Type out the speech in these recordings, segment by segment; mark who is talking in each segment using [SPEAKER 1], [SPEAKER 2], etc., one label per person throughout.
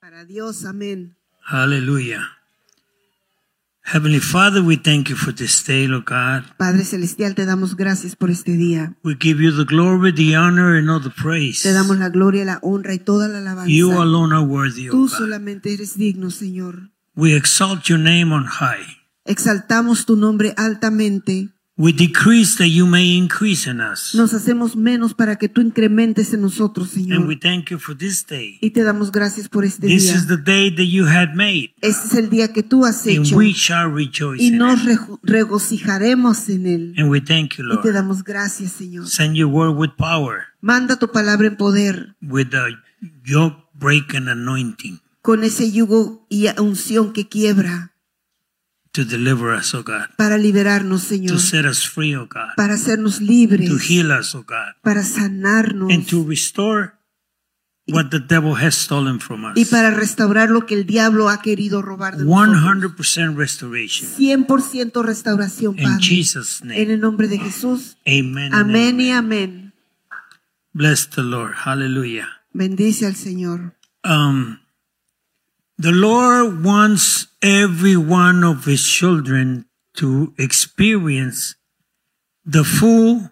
[SPEAKER 1] para Dios. Amén.
[SPEAKER 2] Hallelujah. Heavenly Father, we thank you for this day, Lord God.
[SPEAKER 1] Padre Celestial, te damos gracias por este día.
[SPEAKER 2] We give you the glory, the honor, and all the praise.
[SPEAKER 1] Te damos la gloria, la honra y toda la alabanza.
[SPEAKER 2] You alone are worthy, O
[SPEAKER 1] Tú
[SPEAKER 2] God.
[SPEAKER 1] solamente eres digno, Señor.
[SPEAKER 2] We exalt your name on high.
[SPEAKER 1] Exaltamos tu nombre altamente.
[SPEAKER 2] We decrease that you may increase in us.
[SPEAKER 1] Nos hacemos menos para que tú incrementes en nosotros,
[SPEAKER 2] And we
[SPEAKER 1] Señor.
[SPEAKER 2] thank you for this day.
[SPEAKER 1] Y te damos gracias por este
[SPEAKER 2] This is
[SPEAKER 1] día.
[SPEAKER 2] the day that you had made,
[SPEAKER 1] Este es el día que tú has
[SPEAKER 2] and
[SPEAKER 1] hecho
[SPEAKER 2] we shall rejoice
[SPEAKER 1] y
[SPEAKER 2] in
[SPEAKER 1] nos
[SPEAKER 2] it.
[SPEAKER 1] rejo- regocijaremos en él.
[SPEAKER 2] And we thank you,
[SPEAKER 1] Y te
[SPEAKER 2] Lord.
[SPEAKER 1] damos gracias, Señor.
[SPEAKER 2] Send your word with power,
[SPEAKER 1] Manda tu palabra en poder,
[SPEAKER 2] with a yoke break and anointing
[SPEAKER 1] con ese yugo y unción que quiebra,
[SPEAKER 2] to deliver us, O God,
[SPEAKER 1] para liberarnos,
[SPEAKER 2] to
[SPEAKER 1] Señor,
[SPEAKER 2] set us free, O God,
[SPEAKER 1] para hacernos libres,
[SPEAKER 2] to heal us, O God,
[SPEAKER 1] para sanarnos
[SPEAKER 2] and to restore what the devil has stolen from
[SPEAKER 1] y
[SPEAKER 2] us.
[SPEAKER 1] para restaurar lo que el diablo ha querido robar de nosotros.
[SPEAKER 2] 100% restoration.
[SPEAKER 1] 100% restauración,
[SPEAKER 2] In
[SPEAKER 1] Padre.
[SPEAKER 2] Jesus'
[SPEAKER 1] En
[SPEAKER 2] name.
[SPEAKER 1] el nombre de Jesús.
[SPEAKER 2] Amen. and
[SPEAKER 1] Amén y amén.
[SPEAKER 2] Bless the Lord. Hallelujah.
[SPEAKER 1] Bendice al Señor.
[SPEAKER 2] Um, the Lord wants every one of His children to experience the full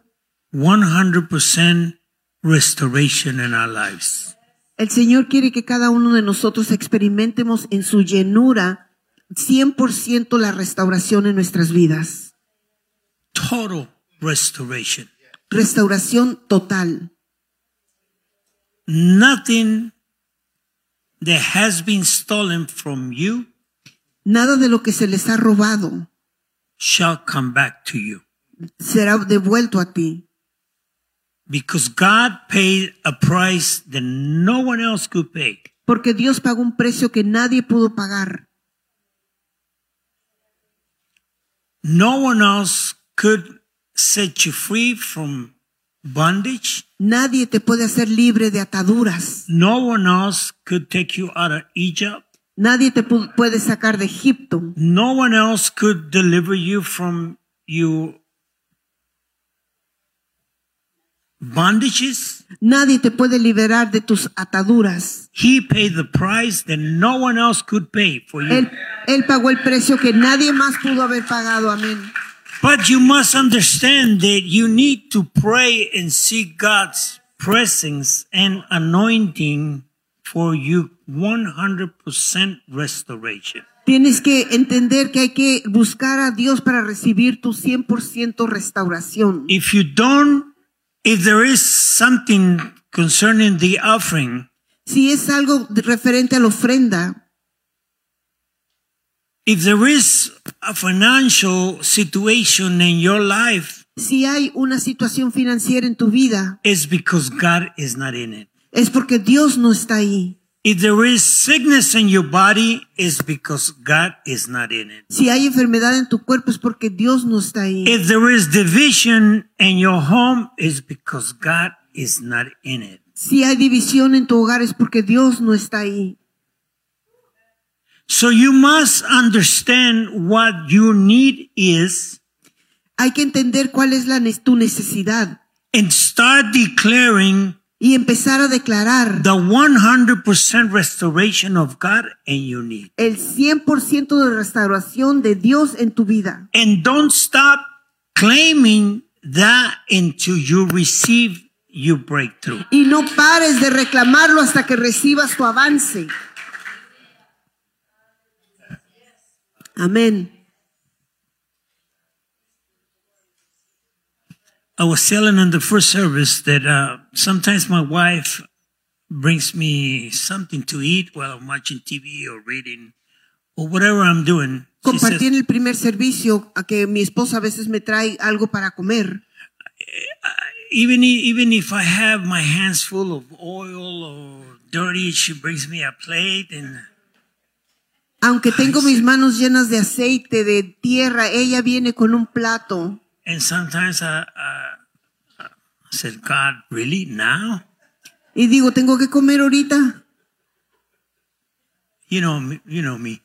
[SPEAKER 2] 100% restoration in our lives.
[SPEAKER 1] El Señor quiere que cada uno de nosotros experimentemos en su llenura 100% la restauración en nuestras vidas.
[SPEAKER 2] Total restoration.
[SPEAKER 1] Restauración total.
[SPEAKER 2] Nothing that has been stolen from you
[SPEAKER 1] Nada de lo que se les ha robado
[SPEAKER 2] shall come back to you
[SPEAKER 1] será devuelto a ti,
[SPEAKER 2] because God paid a price that no one else could pay.
[SPEAKER 1] porque Dios pagó un precio que nadie pudo pagar.
[SPEAKER 2] No one else could set you free from bondage.
[SPEAKER 1] Nadie te puede hacer libre de ataduras.
[SPEAKER 2] No one else could take you out of Egypt.
[SPEAKER 1] Nadie te pu- puede sacar de Egipto.
[SPEAKER 2] No one else could deliver you from your bondages.
[SPEAKER 1] Nadie te puede liberar de tus ataduras.
[SPEAKER 2] He paid the price that no one else could pay for you.
[SPEAKER 1] Él, él pagó el precio que nadie más pudo haber pagado. Amén.
[SPEAKER 2] But you must understand that you need to pray and seek God's presence and anointing for you 100% restoration.
[SPEAKER 1] Tienes que entender que hay que buscar a Dios para recibir tu 100% restauración.
[SPEAKER 2] If you don't, if there is something concerning the offering,
[SPEAKER 1] Si es algo de- referente a la ofrenda,
[SPEAKER 2] if there is a financial situation in your life,
[SPEAKER 1] si hay una situación financiera en tu vida,
[SPEAKER 2] it's because God is not in it.
[SPEAKER 1] es porque Dios no está ahí.
[SPEAKER 2] If there is sickness in your body, it's because God is not in it.
[SPEAKER 1] Si hay enfermedad en tu cuerpo, es porque Dios no está ahí.
[SPEAKER 2] If there is division in your home, it's because God is not in it.
[SPEAKER 1] Si hay división en tu hogar, es porque Dios no está ahí.
[SPEAKER 2] So you must understand what you need is
[SPEAKER 1] Hay que entender cuál es la, ne- tu necesidad
[SPEAKER 2] and start declaring
[SPEAKER 1] y empezar a declarar
[SPEAKER 2] the 100% restoration of God in your need.
[SPEAKER 1] el 100% de restauración de Dios en tu vida.
[SPEAKER 2] And don't stop claiming that until you receive your breakthrough.
[SPEAKER 1] Y no pares de reclamarlo hasta que recibas tu avance. Amén.
[SPEAKER 2] I was telling in the first service that uh, sometimes my wife brings me something to eat while I'm watching TV or reading or whatever I'm doing. She
[SPEAKER 1] Compartí
[SPEAKER 2] says,
[SPEAKER 1] en el primer servicio a que mi esposa a veces me trae algo para comer.
[SPEAKER 2] even i- even if I have my hands full of oil or dirty, she brings me a plate and
[SPEAKER 1] Aunque tengo mis manos llenas de aceite, de tierra, ella viene con un plato.
[SPEAKER 2] and sometimes I, I, I said, God, really now?
[SPEAKER 1] Y digo, ¿tengo que comer ahorita?
[SPEAKER 2] You know me, you know me.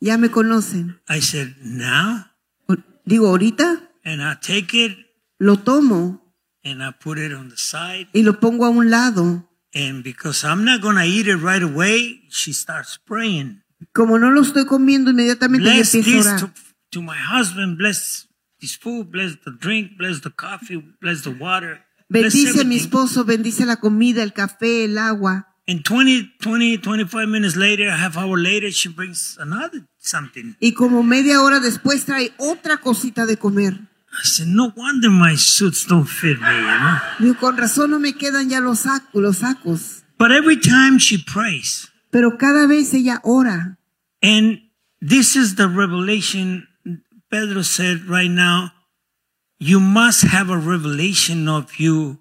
[SPEAKER 1] Ya me conocen.
[SPEAKER 2] I said now,
[SPEAKER 1] O- Digo, ahorita
[SPEAKER 2] and I take it
[SPEAKER 1] lo tomo
[SPEAKER 2] and I put it on the side
[SPEAKER 1] y lo pongo a un lado
[SPEAKER 2] And because I'm not going to eat it right away, she starts praying.
[SPEAKER 1] Como no lo estoy comiendo inmediatamente,
[SPEAKER 2] Bless
[SPEAKER 1] yo empiezo
[SPEAKER 2] this
[SPEAKER 1] a orar.
[SPEAKER 2] to, to my husband. Bless this food. Bless the drink. Bless the coffee. Bless the water. Bless
[SPEAKER 1] Bendice a mi
[SPEAKER 2] everything.
[SPEAKER 1] esposo, bendice la comida, el café, el agua.
[SPEAKER 2] And 20, 20, 25 minutes later, a half hour later, she brings another something.
[SPEAKER 1] Y como media hora después trae otra cosita de comer.
[SPEAKER 2] I said, no wonder my suits don't fit me, you know.
[SPEAKER 1] Digo, con razón no me quedan ya los, sac- los sacos.
[SPEAKER 2] But every time she prays,
[SPEAKER 1] Pero cada vez ella ora.
[SPEAKER 2] and this is the revelation Pedro said right now, you must have a revelation of your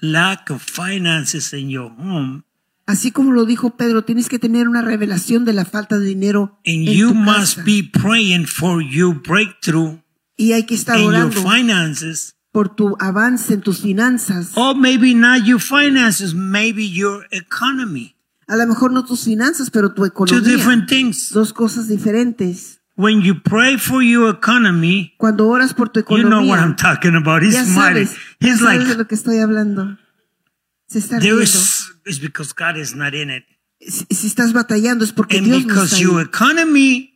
[SPEAKER 2] lack of finances in your home,
[SPEAKER 1] Así como lo dijo Pedro, tienes que tener una revelación de la falta de dinero en
[SPEAKER 2] and you
[SPEAKER 1] tu
[SPEAKER 2] must
[SPEAKER 1] casa.
[SPEAKER 2] be praying for your breakthrough
[SPEAKER 1] y hay que estar
[SPEAKER 2] in your
[SPEAKER 1] orando
[SPEAKER 2] finances.
[SPEAKER 1] por tu avance en tus finanzas.
[SPEAKER 2] Or maybe not your finances, maybe your economy.
[SPEAKER 1] A lo mejor no tus finanzas, pero tu
[SPEAKER 2] Two
[SPEAKER 1] economía.
[SPEAKER 2] different things.
[SPEAKER 1] Dos cosas diferentes.
[SPEAKER 2] When you pray for your economy,
[SPEAKER 1] Cuando oras por tu
[SPEAKER 2] you know what
[SPEAKER 1] economía,
[SPEAKER 2] I'm talking about. He's
[SPEAKER 1] ya
[SPEAKER 2] smiling.
[SPEAKER 1] sabes,
[SPEAKER 2] He's
[SPEAKER 1] sabes de
[SPEAKER 2] like,
[SPEAKER 1] lo que estoy hablando. Se está
[SPEAKER 2] there
[SPEAKER 1] riendo.
[SPEAKER 2] is, it's because God is not in it.
[SPEAKER 1] Si, si estás batallando es porque
[SPEAKER 2] And
[SPEAKER 1] Dios no está
[SPEAKER 2] because your
[SPEAKER 1] ahí.
[SPEAKER 2] economy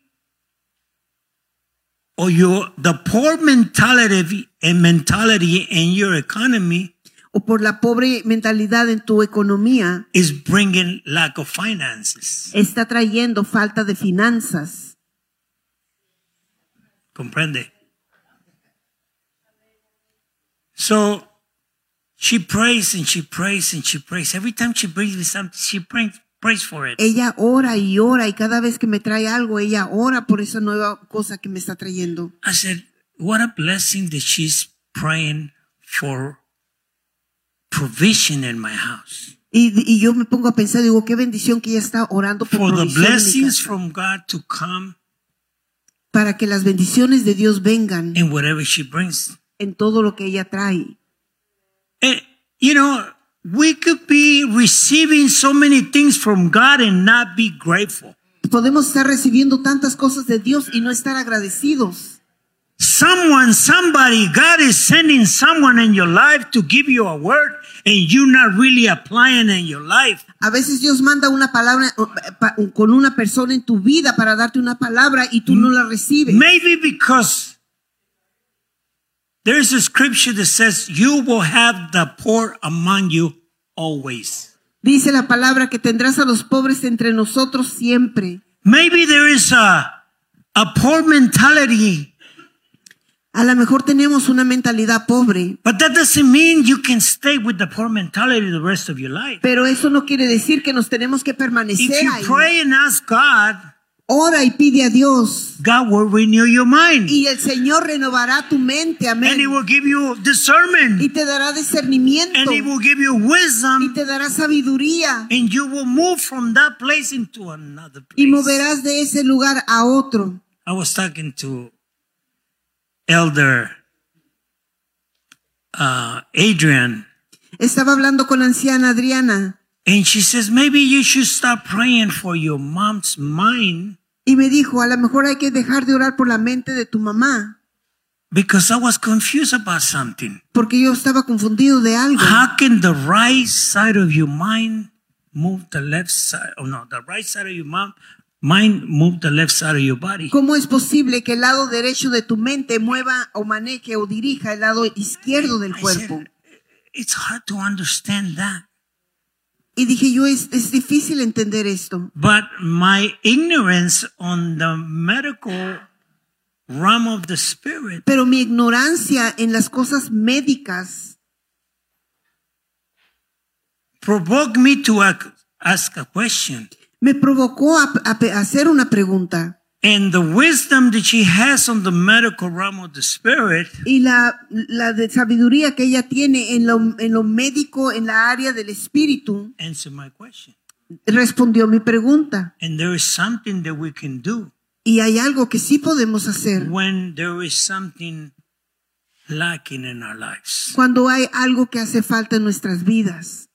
[SPEAKER 2] or your, the poor mentality and mentality in your economy
[SPEAKER 1] O por la pobre mentalidad en tu economía
[SPEAKER 2] is bringing lack of finances.
[SPEAKER 1] está trayendo falta de finanzas.
[SPEAKER 2] Comprende? So she prays and she prays and she prays. Every time she brings me something, she prays, prays for it.
[SPEAKER 1] Ella ora y ora y cada vez que me trae algo, ella ora por esa nueva cosa que me está trayendo.
[SPEAKER 2] I said, what a blessing that she's praying for provision in my house.
[SPEAKER 1] Y, y yo me pongo a pensar, digo, qué bendición que ella está orando por
[SPEAKER 2] For the
[SPEAKER 1] provisión en mi
[SPEAKER 2] blessings
[SPEAKER 1] casa,
[SPEAKER 2] from God to come
[SPEAKER 1] para que las bendiciones de Dios vengan
[SPEAKER 2] in whatever she brings.
[SPEAKER 1] en todo lo que ella trae.
[SPEAKER 2] And, you know, we could be receiving so many things from God and not be grateful.
[SPEAKER 1] Podemos estar recibiendo tantas cosas de Dios y no estar agradecidos.
[SPEAKER 2] Someone, somebody, God is sending someone in your life to give you a word and you're not really applying in your life.
[SPEAKER 1] A veces Dios manda una palabra o, pa- con una persona en tu vida para darte una palabra y tú no la recibes.
[SPEAKER 2] Maybe because there's a scripture that says, You will have the poor among you always.
[SPEAKER 1] Dice la palabra que tendrás a los pobres entre nosotros siempre.
[SPEAKER 2] Maybe there is a, a poor mentality,
[SPEAKER 1] A lo mejor tenemos una mentalidad pobre,
[SPEAKER 2] but that doesn't mean you can stay with the poor mentality the rest of your life.
[SPEAKER 1] pero eso no quiere decir que nos tenemos que
[SPEAKER 2] If
[SPEAKER 1] permanecer ahí.
[SPEAKER 2] you pray and ask God,
[SPEAKER 1] Ora y pide a Dios
[SPEAKER 2] God will renew your mind
[SPEAKER 1] y el Señor renovará tu mente, amén.
[SPEAKER 2] and He will give you discernment.
[SPEAKER 1] Y te dará discernimiento
[SPEAKER 2] and he will give you
[SPEAKER 1] y
[SPEAKER 2] wisdom
[SPEAKER 1] te dará sabiduría
[SPEAKER 2] and you will move from that place into another
[SPEAKER 1] y
[SPEAKER 2] place.
[SPEAKER 1] moverás de ese lugar a otro.
[SPEAKER 2] I was talking to Elder uh, Adrian,
[SPEAKER 1] Estaba hablando con la anciana Adriana
[SPEAKER 2] and she says, maybe you should stop praying for your mom's mind
[SPEAKER 1] y me dijo, a lo mejor hay que dejar de orar por la mente de tu mamá,
[SPEAKER 2] because I was confused about something.
[SPEAKER 1] porque yo estaba confundido de algo.
[SPEAKER 2] How can the right side of your mind move the left side? Oh, no, the right side of your mom, mind move the left side of your body.
[SPEAKER 1] ¿Cómo es posible que el lado derecho de tu mente mueva o maneje o dirija el lado izquierdo del
[SPEAKER 2] I said,
[SPEAKER 1] cuerpo?
[SPEAKER 2] it's hard to understand that.
[SPEAKER 1] Y dije yo, es, es difícil entender esto,
[SPEAKER 2] But my ignorance on the medical realm of the spirit
[SPEAKER 1] pero mi ignorancia en las cosas médicas
[SPEAKER 2] provoked me to ac- ask a question.
[SPEAKER 1] me provocó a, a pe- a hacer una pregunta.
[SPEAKER 2] And the wisdom that she has on the medical realm of the spirit
[SPEAKER 1] Y la, la de sabiduría que ella tiene en lo, en lo médico, en la área del espíritu,
[SPEAKER 2] answered my question.
[SPEAKER 1] respondió mi pregunta.
[SPEAKER 2] And there is something that we can do
[SPEAKER 1] Y hay algo que sí podemos hacer
[SPEAKER 2] when there is something lacking in our lives.
[SPEAKER 1] cuando hay algo que hace falta en nuestras vidas.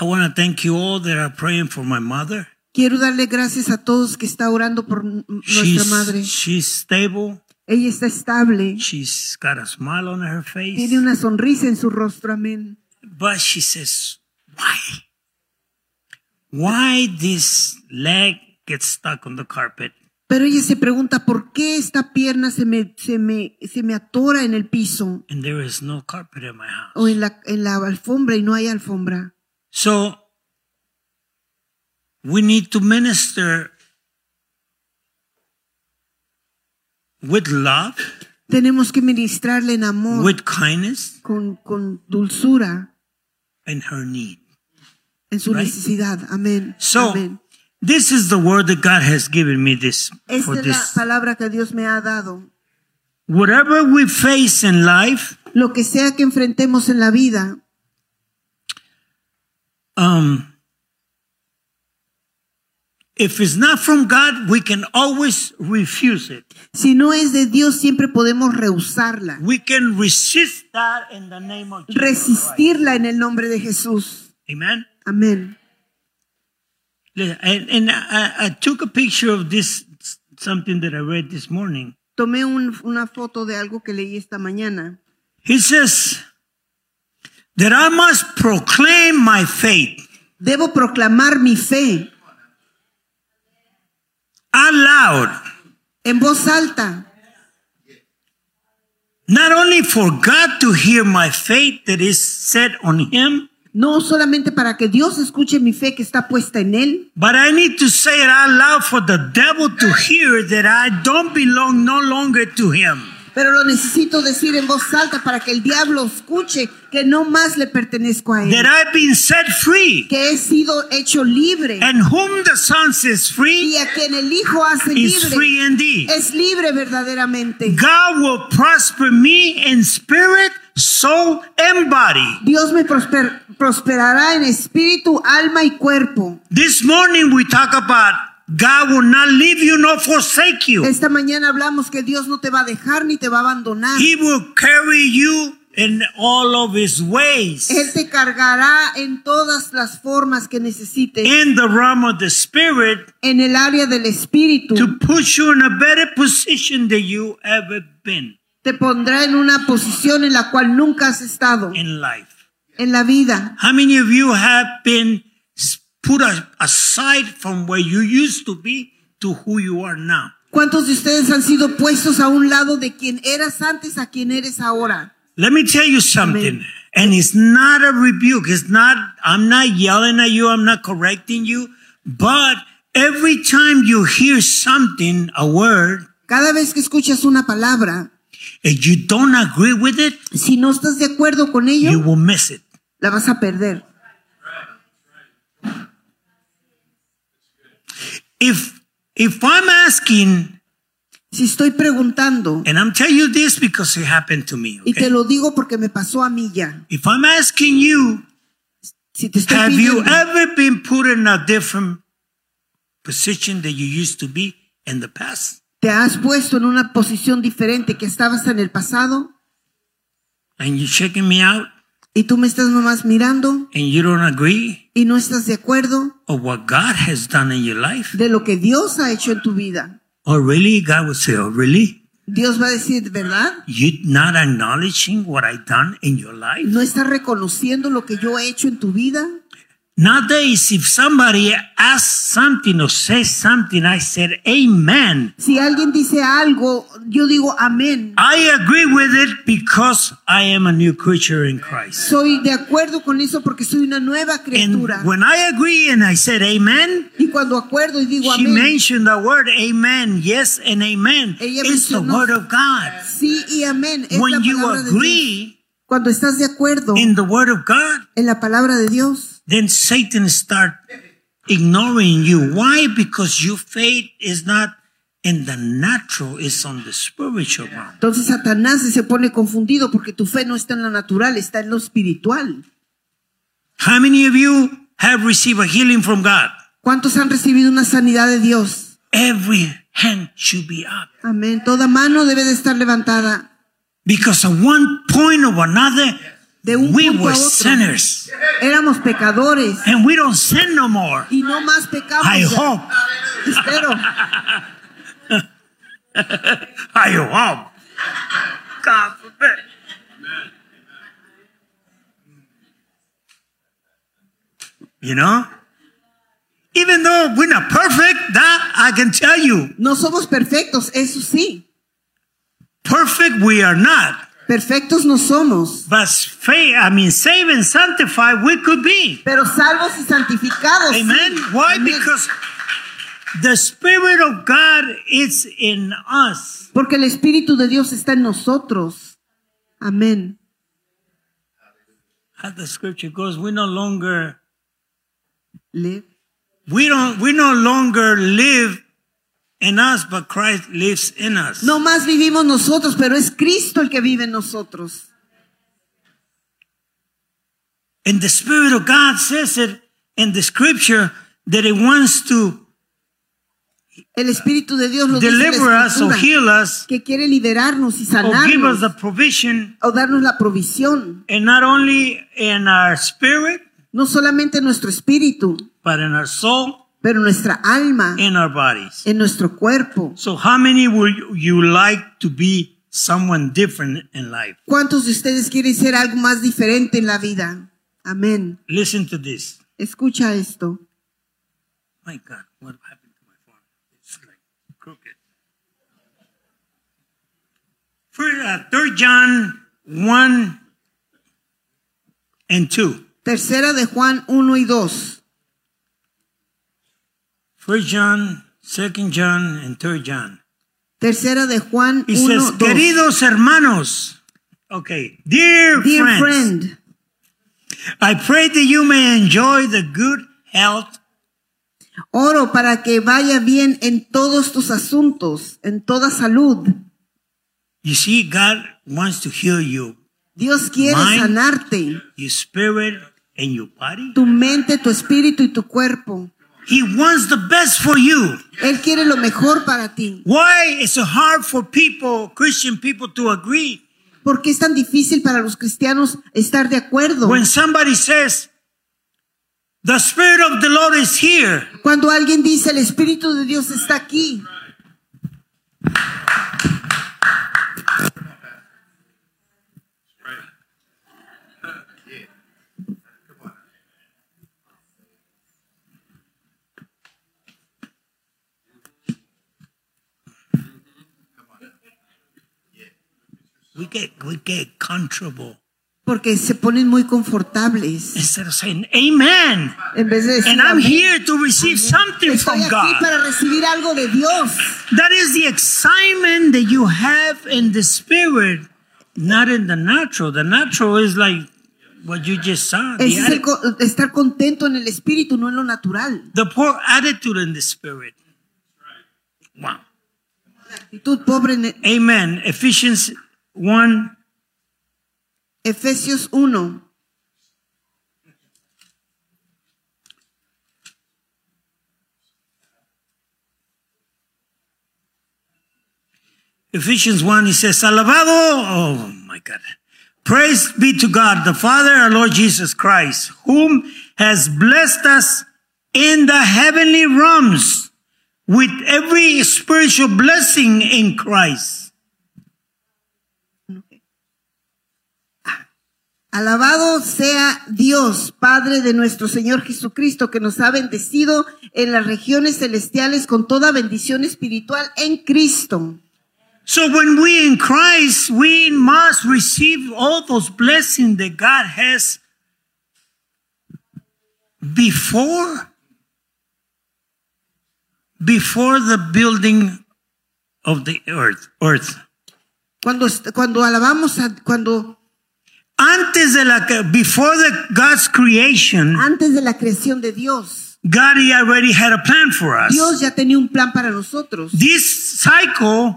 [SPEAKER 2] I want to thank you all that are praying for my mother.
[SPEAKER 1] Quiero darle gracias a todos que está orando por n- nuestra madre.
[SPEAKER 2] She's, she's stable.
[SPEAKER 1] Ella está estable,
[SPEAKER 2] She's got a smile on her face.
[SPEAKER 1] tiene una sonrisa en su rostro, amén.
[SPEAKER 2] But she says, why? Why this leg gets stuck on the carpet?
[SPEAKER 1] Pero ella se pregunta, ¿por qué esta pierna se me, se me, se me atora en el piso
[SPEAKER 2] And there is no carpet in my house.
[SPEAKER 1] o en la, en la alfombra y no hay alfombra?
[SPEAKER 2] So we need to minister with love,
[SPEAKER 1] Tenemos que ministrarle en amor,
[SPEAKER 2] with kindness,
[SPEAKER 1] con, con dulzura,
[SPEAKER 2] and her need.
[SPEAKER 1] en su
[SPEAKER 2] Right.
[SPEAKER 1] necesidad. Amén.
[SPEAKER 2] So
[SPEAKER 1] Amén.
[SPEAKER 2] this is the word that God has given me this
[SPEAKER 1] Esta
[SPEAKER 2] for
[SPEAKER 1] es la
[SPEAKER 2] this.
[SPEAKER 1] palabra que Dios me ha dado.
[SPEAKER 2] Whatever we face in life,
[SPEAKER 1] Lo que sea que enfrentemos en la vida,
[SPEAKER 2] um, if it's not from God, we can always refuse it.
[SPEAKER 1] si no es de Dios, siempre podemos rehusarla,
[SPEAKER 2] We can resist that in the name of Jesus.
[SPEAKER 1] resistirla en el nombre de Jesús.
[SPEAKER 2] Amen.
[SPEAKER 1] Amén.
[SPEAKER 2] Listen, And, and I, I took a picture of this something that I read this morning.
[SPEAKER 1] Tomé un- una foto de algo que leí esta mañana.
[SPEAKER 2] He says that I must proclaim my faith
[SPEAKER 1] Debo proclamar mi fe
[SPEAKER 2] out loud,
[SPEAKER 1] en voz alta,
[SPEAKER 2] not only for God to hear my faith that is set on Him,
[SPEAKER 1] no solamente para que Dios escuche mi fe que está puesta en Él,
[SPEAKER 2] but I need to say it out loud for the devil to hear that I don't belong no longer to Him.
[SPEAKER 1] pero lo necesito decir en voz alta para que el diablo escuche que no más le pertenezco a
[SPEAKER 2] That
[SPEAKER 1] Él,
[SPEAKER 2] I've been set free,
[SPEAKER 1] que he sido hecho libre
[SPEAKER 2] and whom the Son says
[SPEAKER 1] y
[SPEAKER 2] free
[SPEAKER 1] a quien el Hijo hace
[SPEAKER 2] is
[SPEAKER 1] libre.
[SPEAKER 2] free indeed.
[SPEAKER 1] es libre verdaderamente.
[SPEAKER 2] God will prosper me in spirit, soul, and body.
[SPEAKER 1] Dios me prosper- prosperará en espíritu, alma y cuerpo.
[SPEAKER 2] This morning we talk about God will not leave you nor forsake you.
[SPEAKER 1] Esta mañana hablamos que Dios no te va a dejar ni te va a abandonar.
[SPEAKER 2] He will carry you in all of his
[SPEAKER 1] Él
[SPEAKER 2] ways.
[SPEAKER 1] te cargará en todas las formas que necesites
[SPEAKER 2] In the realm of the spirit
[SPEAKER 1] en el área del espíritu.
[SPEAKER 2] to put you in a better position than you ever been
[SPEAKER 1] Te pondrá en una posición en la cual nunca has estado
[SPEAKER 2] in life.
[SPEAKER 1] en la vida.
[SPEAKER 2] How many of you have been s- put a- aside from where you used to be to who you are now?
[SPEAKER 1] ¿Cuántos de ustedes han sido puestos a un lado de quien eras antes a quien eres ahora?
[SPEAKER 2] Let me tell you something. And it's not a rebuke. It's not, I'm not yelling at you. I'm not correcting you. But every time you hear something, a word,
[SPEAKER 1] Cada vez que escuchas una palabra,
[SPEAKER 2] and you don't agree with it,
[SPEAKER 1] si no estás de acuerdo con ello,
[SPEAKER 2] you will miss it.
[SPEAKER 1] la vas a perder.
[SPEAKER 2] If, if I'm asking,
[SPEAKER 1] Si estoy preguntando,
[SPEAKER 2] and I'm telling you this because it happened to me.
[SPEAKER 1] y te
[SPEAKER 2] Okay?
[SPEAKER 1] lo digo porque me pasó a mí ya,
[SPEAKER 2] If I'm asking you,
[SPEAKER 1] si te estoy
[SPEAKER 2] have you
[SPEAKER 1] pidiendo,
[SPEAKER 2] ever been put in a different position that you used to be in the past?
[SPEAKER 1] ¿te has puesto en una posición diferente que estabas en el pasado
[SPEAKER 2] And you checking me out
[SPEAKER 1] y tú me estás nomás mirando
[SPEAKER 2] and you don't agree?
[SPEAKER 1] y no estás de acuerdo
[SPEAKER 2] of what God has done in your life.
[SPEAKER 1] de lo que Dios ha hecho en tu vida?
[SPEAKER 2] Oh, really? God would say, Oh, really?
[SPEAKER 1] Dios va a decir, ¿verdad?
[SPEAKER 2] You not acknowledging what I done in your life?
[SPEAKER 1] ¿No estás reconociendo lo que yo he hecho en tu vida?
[SPEAKER 2] Nowadays, if somebody asks something or says something, I said, Amen.
[SPEAKER 1] Si alguien dice algo, yo digo amén.
[SPEAKER 2] I agree with it because I am a new creature in Christ.
[SPEAKER 1] Soy de acuerdo con eso porque soy una nueva
[SPEAKER 2] And
[SPEAKER 1] criatura.
[SPEAKER 2] when I agree and I said amen,
[SPEAKER 1] Y cuando acuerdo y digo
[SPEAKER 2] she
[SPEAKER 1] amén,
[SPEAKER 2] mentioned the word amen, yes and amen.
[SPEAKER 1] Ella
[SPEAKER 2] It's the
[SPEAKER 1] mencionó-
[SPEAKER 2] word of God.
[SPEAKER 1] Sí y amén. Es la
[SPEAKER 2] When you
[SPEAKER 1] palabra de Dios.
[SPEAKER 2] agree
[SPEAKER 1] Cuando estás de acuerdo
[SPEAKER 2] in the word of God,
[SPEAKER 1] en la palabra de Dios,
[SPEAKER 2] then Satan start ignoring you. Why? Because your faith is not in the natural, it's on the spiritual realm.
[SPEAKER 1] entonces Satanás se pone confundido porque tu fe no está en lo natural, está en lo espiritual.
[SPEAKER 2] How many of you have received a healing from God?
[SPEAKER 1] ¿Cuántos han recibido una sanidad de Dios?
[SPEAKER 2] Every hand should be up.
[SPEAKER 1] Amén. Toda mano debe de estar levantada.
[SPEAKER 2] Because at one point or another,
[SPEAKER 1] De un
[SPEAKER 2] we
[SPEAKER 1] punto a
[SPEAKER 2] were
[SPEAKER 1] otro.
[SPEAKER 2] sinners.
[SPEAKER 1] Éramos pecadores
[SPEAKER 2] And we don't sin no more.
[SPEAKER 1] y no más pecamos.
[SPEAKER 2] I
[SPEAKER 1] ya.
[SPEAKER 2] hope.
[SPEAKER 1] Espero.
[SPEAKER 2] I hope. God forbid. You know? Even though we're not perfect, that I can tell you.
[SPEAKER 1] No somos perfectos, eso sí.
[SPEAKER 2] Perfect we are not.
[SPEAKER 1] Perfectos no somos.
[SPEAKER 2] But faith, I mean, saved and sanctified we could be.
[SPEAKER 1] Pero salvos y santificados. sí.
[SPEAKER 2] Amen? Why?
[SPEAKER 1] Amén.
[SPEAKER 2] Because the Spirit of God is in us.
[SPEAKER 1] Porque el Espíritu de Dios está en nosotros. Amén.
[SPEAKER 2] As the scripture goes, we no longer
[SPEAKER 1] Live.
[SPEAKER 2] we don't we no longer live in us, but Christ lives in us.
[SPEAKER 1] No más vivimos nosotros, pero es Cristo el que vive en nosotros.
[SPEAKER 2] And the Spirit of God says it in the scripture that it wants to
[SPEAKER 1] El Espíritu de Dios lo dice en la
[SPEAKER 2] deliver us or
[SPEAKER 1] Escritura,
[SPEAKER 2] heal us
[SPEAKER 1] que quiere liberarnos y
[SPEAKER 2] or give us the
[SPEAKER 1] sanarnos
[SPEAKER 2] provision
[SPEAKER 1] o darnos la provisión,
[SPEAKER 2] and not only in our spirit,
[SPEAKER 1] no solamente en nuestro espíritu,
[SPEAKER 2] but in our soul,
[SPEAKER 1] pero en nuestra alma,
[SPEAKER 2] in our bodies.
[SPEAKER 1] en nuestro cuerpo.
[SPEAKER 2] So how many would you like to be someone different in life?
[SPEAKER 1] ¿Cuántos de ustedes quieren ser algo más diferente en la vida? Amén.
[SPEAKER 2] Listen to this.
[SPEAKER 1] Escucha esto.
[SPEAKER 2] My God, what happened to my phone? It's like crooked. First, uh, 3 John 1 and 2.
[SPEAKER 1] Tercera de Juan 1 y 2.
[SPEAKER 2] 1 John, 2 John, and 3 John.
[SPEAKER 1] Tercera de Juan
[SPEAKER 2] He
[SPEAKER 1] 1
[SPEAKER 2] says,
[SPEAKER 1] 2.
[SPEAKER 2] Queridos hermanos, okay, dear,
[SPEAKER 1] Dear
[SPEAKER 2] friends,
[SPEAKER 1] friend,
[SPEAKER 2] I pray that you may enjoy the good health
[SPEAKER 1] oro para que vaya bien en todos tus asuntos, en toda salud.
[SPEAKER 2] You see, God wants to heal you,
[SPEAKER 1] Dios quiere
[SPEAKER 2] Mind.
[SPEAKER 1] sanarte,
[SPEAKER 2] your spirit and your body.
[SPEAKER 1] tu mente, tu espíritu y tu cuerpo.
[SPEAKER 2] He wants the best for you.
[SPEAKER 1] Él quiere lo mejor para ti.
[SPEAKER 2] Why is it hard for people, Christian people, to agree
[SPEAKER 1] ¿Por qué es tan difícil para los cristianos estar de acuerdo?
[SPEAKER 2] when somebody says, the Spirit of the Lord is here?
[SPEAKER 1] Cuando alguien dice el Espíritu de Dios está aquí,
[SPEAKER 2] We get we get comfortable
[SPEAKER 1] porque se ponen muy confortables.
[SPEAKER 2] instead of saying Amen.
[SPEAKER 1] En vez de decir,
[SPEAKER 2] And I'm
[SPEAKER 1] "Amén".
[SPEAKER 2] here to receive something
[SPEAKER 1] estoy
[SPEAKER 2] from
[SPEAKER 1] aquí
[SPEAKER 2] God.
[SPEAKER 1] para recibir algo de Dios.
[SPEAKER 2] That is the excitement that you have in the spirit, not in the natural. The natural is like what you just saw. The,
[SPEAKER 1] Ese es el
[SPEAKER 2] atti-
[SPEAKER 1] co- estar contento en el Espíritu, no en lo natural.
[SPEAKER 2] the poor attitude in the spirit. Wow.
[SPEAKER 1] actitud pobre en
[SPEAKER 2] Amen. Ephesians 1
[SPEAKER 1] Efesios 1,
[SPEAKER 2] Ephesians 1, he says, Alabado, oh my God. Praise be to God, the Father, our Lord Jesus Christ, whom has blessed us in the heavenly realms with every spiritual blessing in Christ.
[SPEAKER 1] Alabado sea Dios, Padre de nuestro Señor Jesucristo, que nos ha bendecido en las regiones celestiales con toda bendición espiritual en Cristo.
[SPEAKER 2] So when we in Christ, we must receive all those blessings that God has before, before the building of the earth, earth.
[SPEAKER 1] Cuando, est- cuando alabamos, a, cuando
[SPEAKER 2] Antes de la, que- before the God's creation,
[SPEAKER 1] antes de la creación de Dios,
[SPEAKER 2] God he already had a plan for us.
[SPEAKER 1] Dios ya tenía un plan para nosotros.
[SPEAKER 2] This cycle,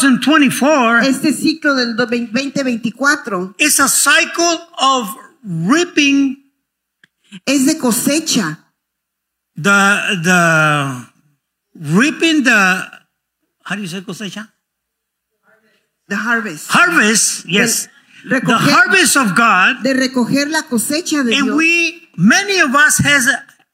[SPEAKER 2] 2024,
[SPEAKER 1] Este ciclo del do- 2024
[SPEAKER 2] is a cycle of reaping
[SPEAKER 1] es de cosecha,
[SPEAKER 2] the the reaping the how do you say cosecha
[SPEAKER 1] the harvest,
[SPEAKER 2] harvest yes
[SPEAKER 1] Re-
[SPEAKER 2] the
[SPEAKER 1] recoger-
[SPEAKER 2] harvest of God
[SPEAKER 1] de recoger la cosecha de
[SPEAKER 2] and
[SPEAKER 1] Dios.
[SPEAKER 2] we many of us has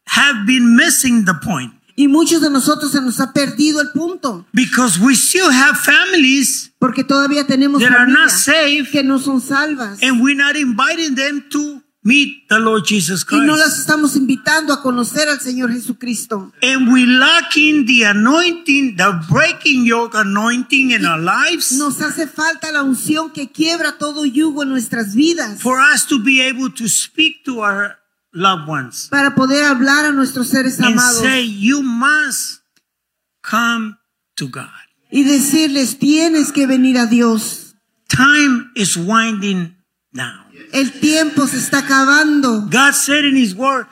[SPEAKER 2] have been missing the point
[SPEAKER 1] Y muchos de nosotros se nos ha perdido el punto,
[SPEAKER 2] because we still have families
[SPEAKER 1] porque todavía tenemos
[SPEAKER 2] that are not
[SPEAKER 1] familias
[SPEAKER 2] saved
[SPEAKER 1] que no son salvas
[SPEAKER 2] and we're not inviting them to meet the Lord Jesus
[SPEAKER 1] y no las
[SPEAKER 2] Christ.
[SPEAKER 1] estamos invitando a conocer al Señor Jesucristo.
[SPEAKER 2] And we lacking the anointing, the breaking yoke anointing in our lives
[SPEAKER 1] Nos hace falta la unción que quiebra todo yugo en nuestras vidas
[SPEAKER 2] for us to be able to speak to our loved ones
[SPEAKER 1] para poder hablar a nuestros seres
[SPEAKER 2] and
[SPEAKER 1] amados
[SPEAKER 2] say, You must come to God.
[SPEAKER 1] y decirles, tienes que venir a Dios.
[SPEAKER 2] Time is winding down.
[SPEAKER 1] El tiempo se está acabando.
[SPEAKER 2] God said in His Word,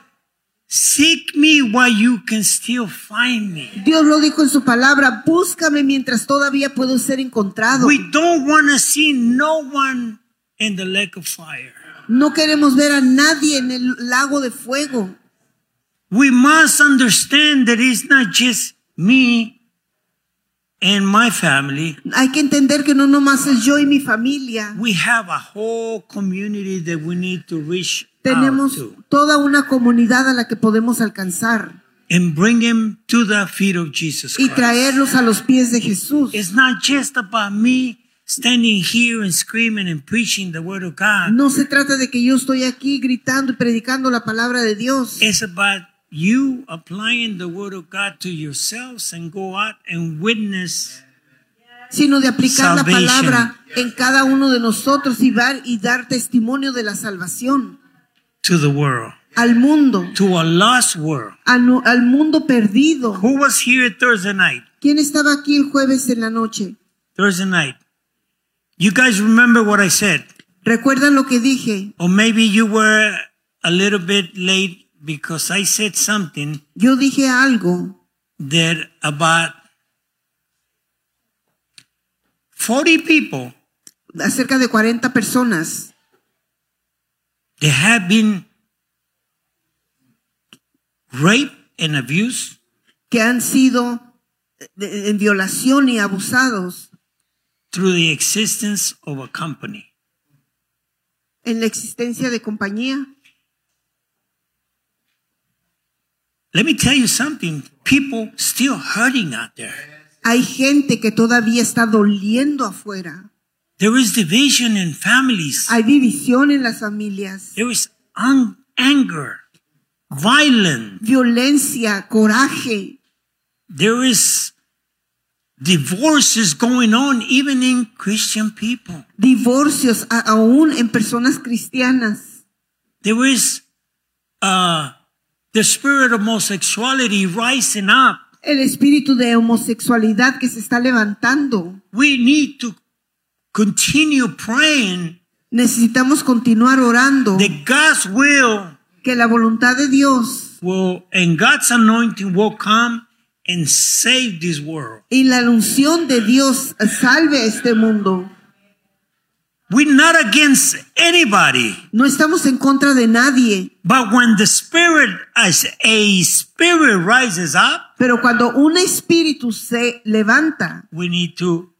[SPEAKER 2] Seek me while you can still find me.
[SPEAKER 1] Dios lo dijo en su palabra, búscame mientras todavía puedo ser encontrado.
[SPEAKER 2] We don't want to see no one in the lake of fire.
[SPEAKER 1] No queremos ver a nadie en el lago de fuego.
[SPEAKER 2] We must understand that it's not just me and my family.
[SPEAKER 1] Hay que entender que no nomás es yo y mi familia.
[SPEAKER 2] We have a whole community that we need to reach out
[SPEAKER 1] Tenemos
[SPEAKER 2] to
[SPEAKER 1] toda una comunidad a la que podemos alcanzar
[SPEAKER 2] and bring him to the feet of Jesus
[SPEAKER 1] y
[SPEAKER 2] Christ.
[SPEAKER 1] traerlos a los pies de Jesús.
[SPEAKER 2] It's not just about me standing here and screaming and preaching the word of God.
[SPEAKER 1] No se trata de que yo estoy aquí gritando y predicando la palabra de Dios.
[SPEAKER 2] It's about you applying the word of God to yourselves and go out and witness
[SPEAKER 1] sino de aplicar la
[SPEAKER 2] Salvation.
[SPEAKER 1] palabra en cada uno de nosotros y, dar- y dar testimonio de la salvación
[SPEAKER 2] to the world,
[SPEAKER 1] al mundo,
[SPEAKER 2] to a lost world.
[SPEAKER 1] a nu- al mundo perdido.
[SPEAKER 2] Who was here Thursday night?
[SPEAKER 1] ¿Quién estaba aquí el jueves en la noche?
[SPEAKER 2] Thursday night. You guys remember what I said?
[SPEAKER 1] ¿Recuerdan lo que dije?
[SPEAKER 2] Or maybe you were a little bit late because I said something
[SPEAKER 1] Yo dije algo.
[SPEAKER 2] that about 40 people
[SPEAKER 1] Acerca de 40 personas
[SPEAKER 2] that have been raped and abused
[SPEAKER 1] que han sido eh, de- en violación y abusados
[SPEAKER 2] through the existence of a company.
[SPEAKER 1] en la existencia de compañía.
[SPEAKER 2] Let me tell you something. People still hurting out there.
[SPEAKER 1] Hay gente que todavía está doliendo afuera.
[SPEAKER 2] There is division in families.
[SPEAKER 1] Hay división en las familias,
[SPEAKER 2] There is un- anger, violence.
[SPEAKER 1] violencia, coraje,
[SPEAKER 2] There is divorces going on even in Christian people.
[SPEAKER 1] divorcios a- aún en personas cristianas.
[SPEAKER 2] There is uh, the spirit of homosexuality rising up.
[SPEAKER 1] El espíritu de homosexualidad que se está levantando.
[SPEAKER 2] We need to continue praying
[SPEAKER 1] Necesitamos continuar orando
[SPEAKER 2] that God's will
[SPEAKER 1] que la voluntad de Dios
[SPEAKER 2] will and God's anointing will come and save this world.
[SPEAKER 1] y la unción de Dios salve a este mundo.
[SPEAKER 2] We're not against anybody.
[SPEAKER 1] No estamos en contra de nadie,
[SPEAKER 2] But when the spirit, as a spirit rises up,
[SPEAKER 1] pero cuando un espíritu se levanta,
[SPEAKER 2] we need to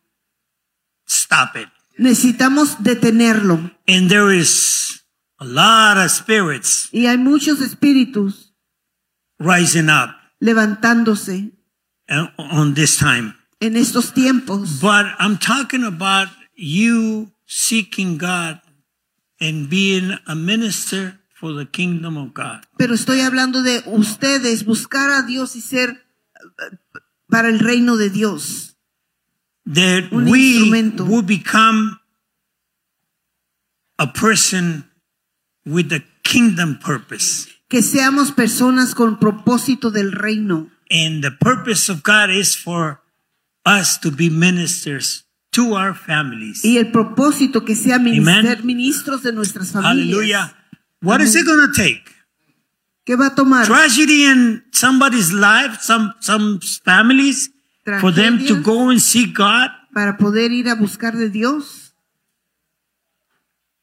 [SPEAKER 2] stop it.
[SPEAKER 1] necesitamos detenerlo.
[SPEAKER 2] And there is a lot of spirits
[SPEAKER 1] Y hay muchos espíritus
[SPEAKER 2] rising up
[SPEAKER 1] levantándose
[SPEAKER 2] uh, on this time.
[SPEAKER 1] en estos tiempos.
[SPEAKER 2] But I'm talking about you seeking God and being a minister for the kingdom of God.
[SPEAKER 1] Pero estoy hablando de ustedes, buscar a Dios y ser eh, para el reino de Dios.
[SPEAKER 2] That
[SPEAKER 1] Un
[SPEAKER 2] we
[SPEAKER 1] instrumento.
[SPEAKER 2] will become a person with the kingdom purpose.
[SPEAKER 1] Que seamos personas con propósito del reino.
[SPEAKER 2] And the purpose of God is for us to be ministers to our families.
[SPEAKER 1] Y el propósito que sea min-
[SPEAKER 2] Amen.
[SPEAKER 1] ser ministros de nuestras familias.
[SPEAKER 2] Hallelujah. What is it going to take?
[SPEAKER 1] ¿Qué va a tomar?
[SPEAKER 2] Tragedy in somebody's life, some some families, for them to
[SPEAKER 1] Tragedias
[SPEAKER 2] go and see God.
[SPEAKER 1] para poder ir a buscar de Dios.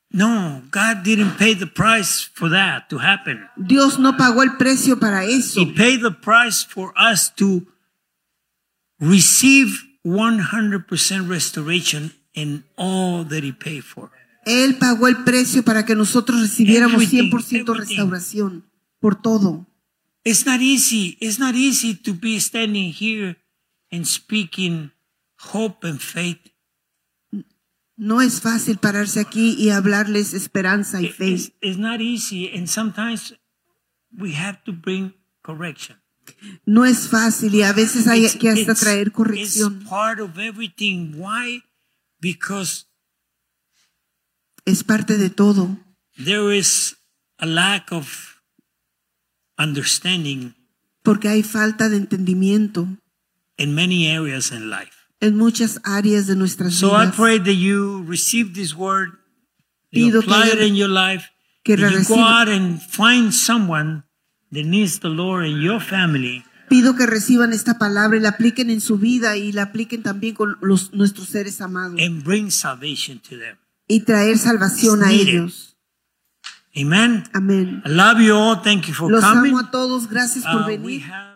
[SPEAKER 2] No, God didn't pay the price for that to happen.
[SPEAKER 1] Dios no pagó el precio para eso.
[SPEAKER 2] He paid the price for us to receive 100% restoration in all that He paid for.
[SPEAKER 1] Él pagó el precio para que nosotros recibiéramos 100%
[SPEAKER 2] Everything, everything.
[SPEAKER 1] restauración por todo.
[SPEAKER 2] It's not easy. It's not easy to be standing here and speaking hope and faith
[SPEAKER 1] No es fácil pararse aquí y hablarles esperanza y
[SPEAKER 2] It-
[SPEAKER 1] fe.
[SPEAKER 2] It's, it's not easy, and sometimes we have to bring correction.
[SPEAKER 1] No es fácil y a veces hay que hasta traer corrección.
[SPEAKER 2] it's part of everything. Why? Because
[SPEAKER 1] Es parte de todo.
[SPEAKER 2] there is a lack of understanding
[SPEAKER 1] Porque hay falta de entendimiento
[SPEAKER 2] in many areas in life.
[SPEAKER 1] en muchas áreas de nuestras
[SPEAKER 2] So I
[SPEAKER 1] vidas.
[SPEAKER 2] pray that you receive this word, you
[SPEAKER 1] Pido que
[SPEAKER 2] apply
[SPEAKER 1] yo-
[SPEAKER 2] it in your life,
[SPEAKER 1] que
[SPEAKER 2] and
[SPEAKER 1] la
[SPEAKER 2] you go
[SPEAKER 1] reciba.
[SPEAKER 2] out and find someone that needs the Lord in your family.
[SPEAKER 1] Pido que reciban esta palabra y la apliquen en su vida y la apliquen también con los, nuestros seres amados
[SPEAKER 2] and bring salvation to them.
[SPEAKER 1] y traer salvación a
[SPEAKER 2] Mire.
[SPEAKER 1] ellos.
[SPEAKER 2] Amen.
[SPEAKER 1] Amén.
[SPEAKER 2] I love you all. Thank you for
[SPEAKER 1] Los
[SPEAKER 2] coming.
[SPEAKER 1] amo a todos. Gracias por
[SPEAKER 2] Uh, we
[SPEAKER 1] venir.
[SPEAKER 2] have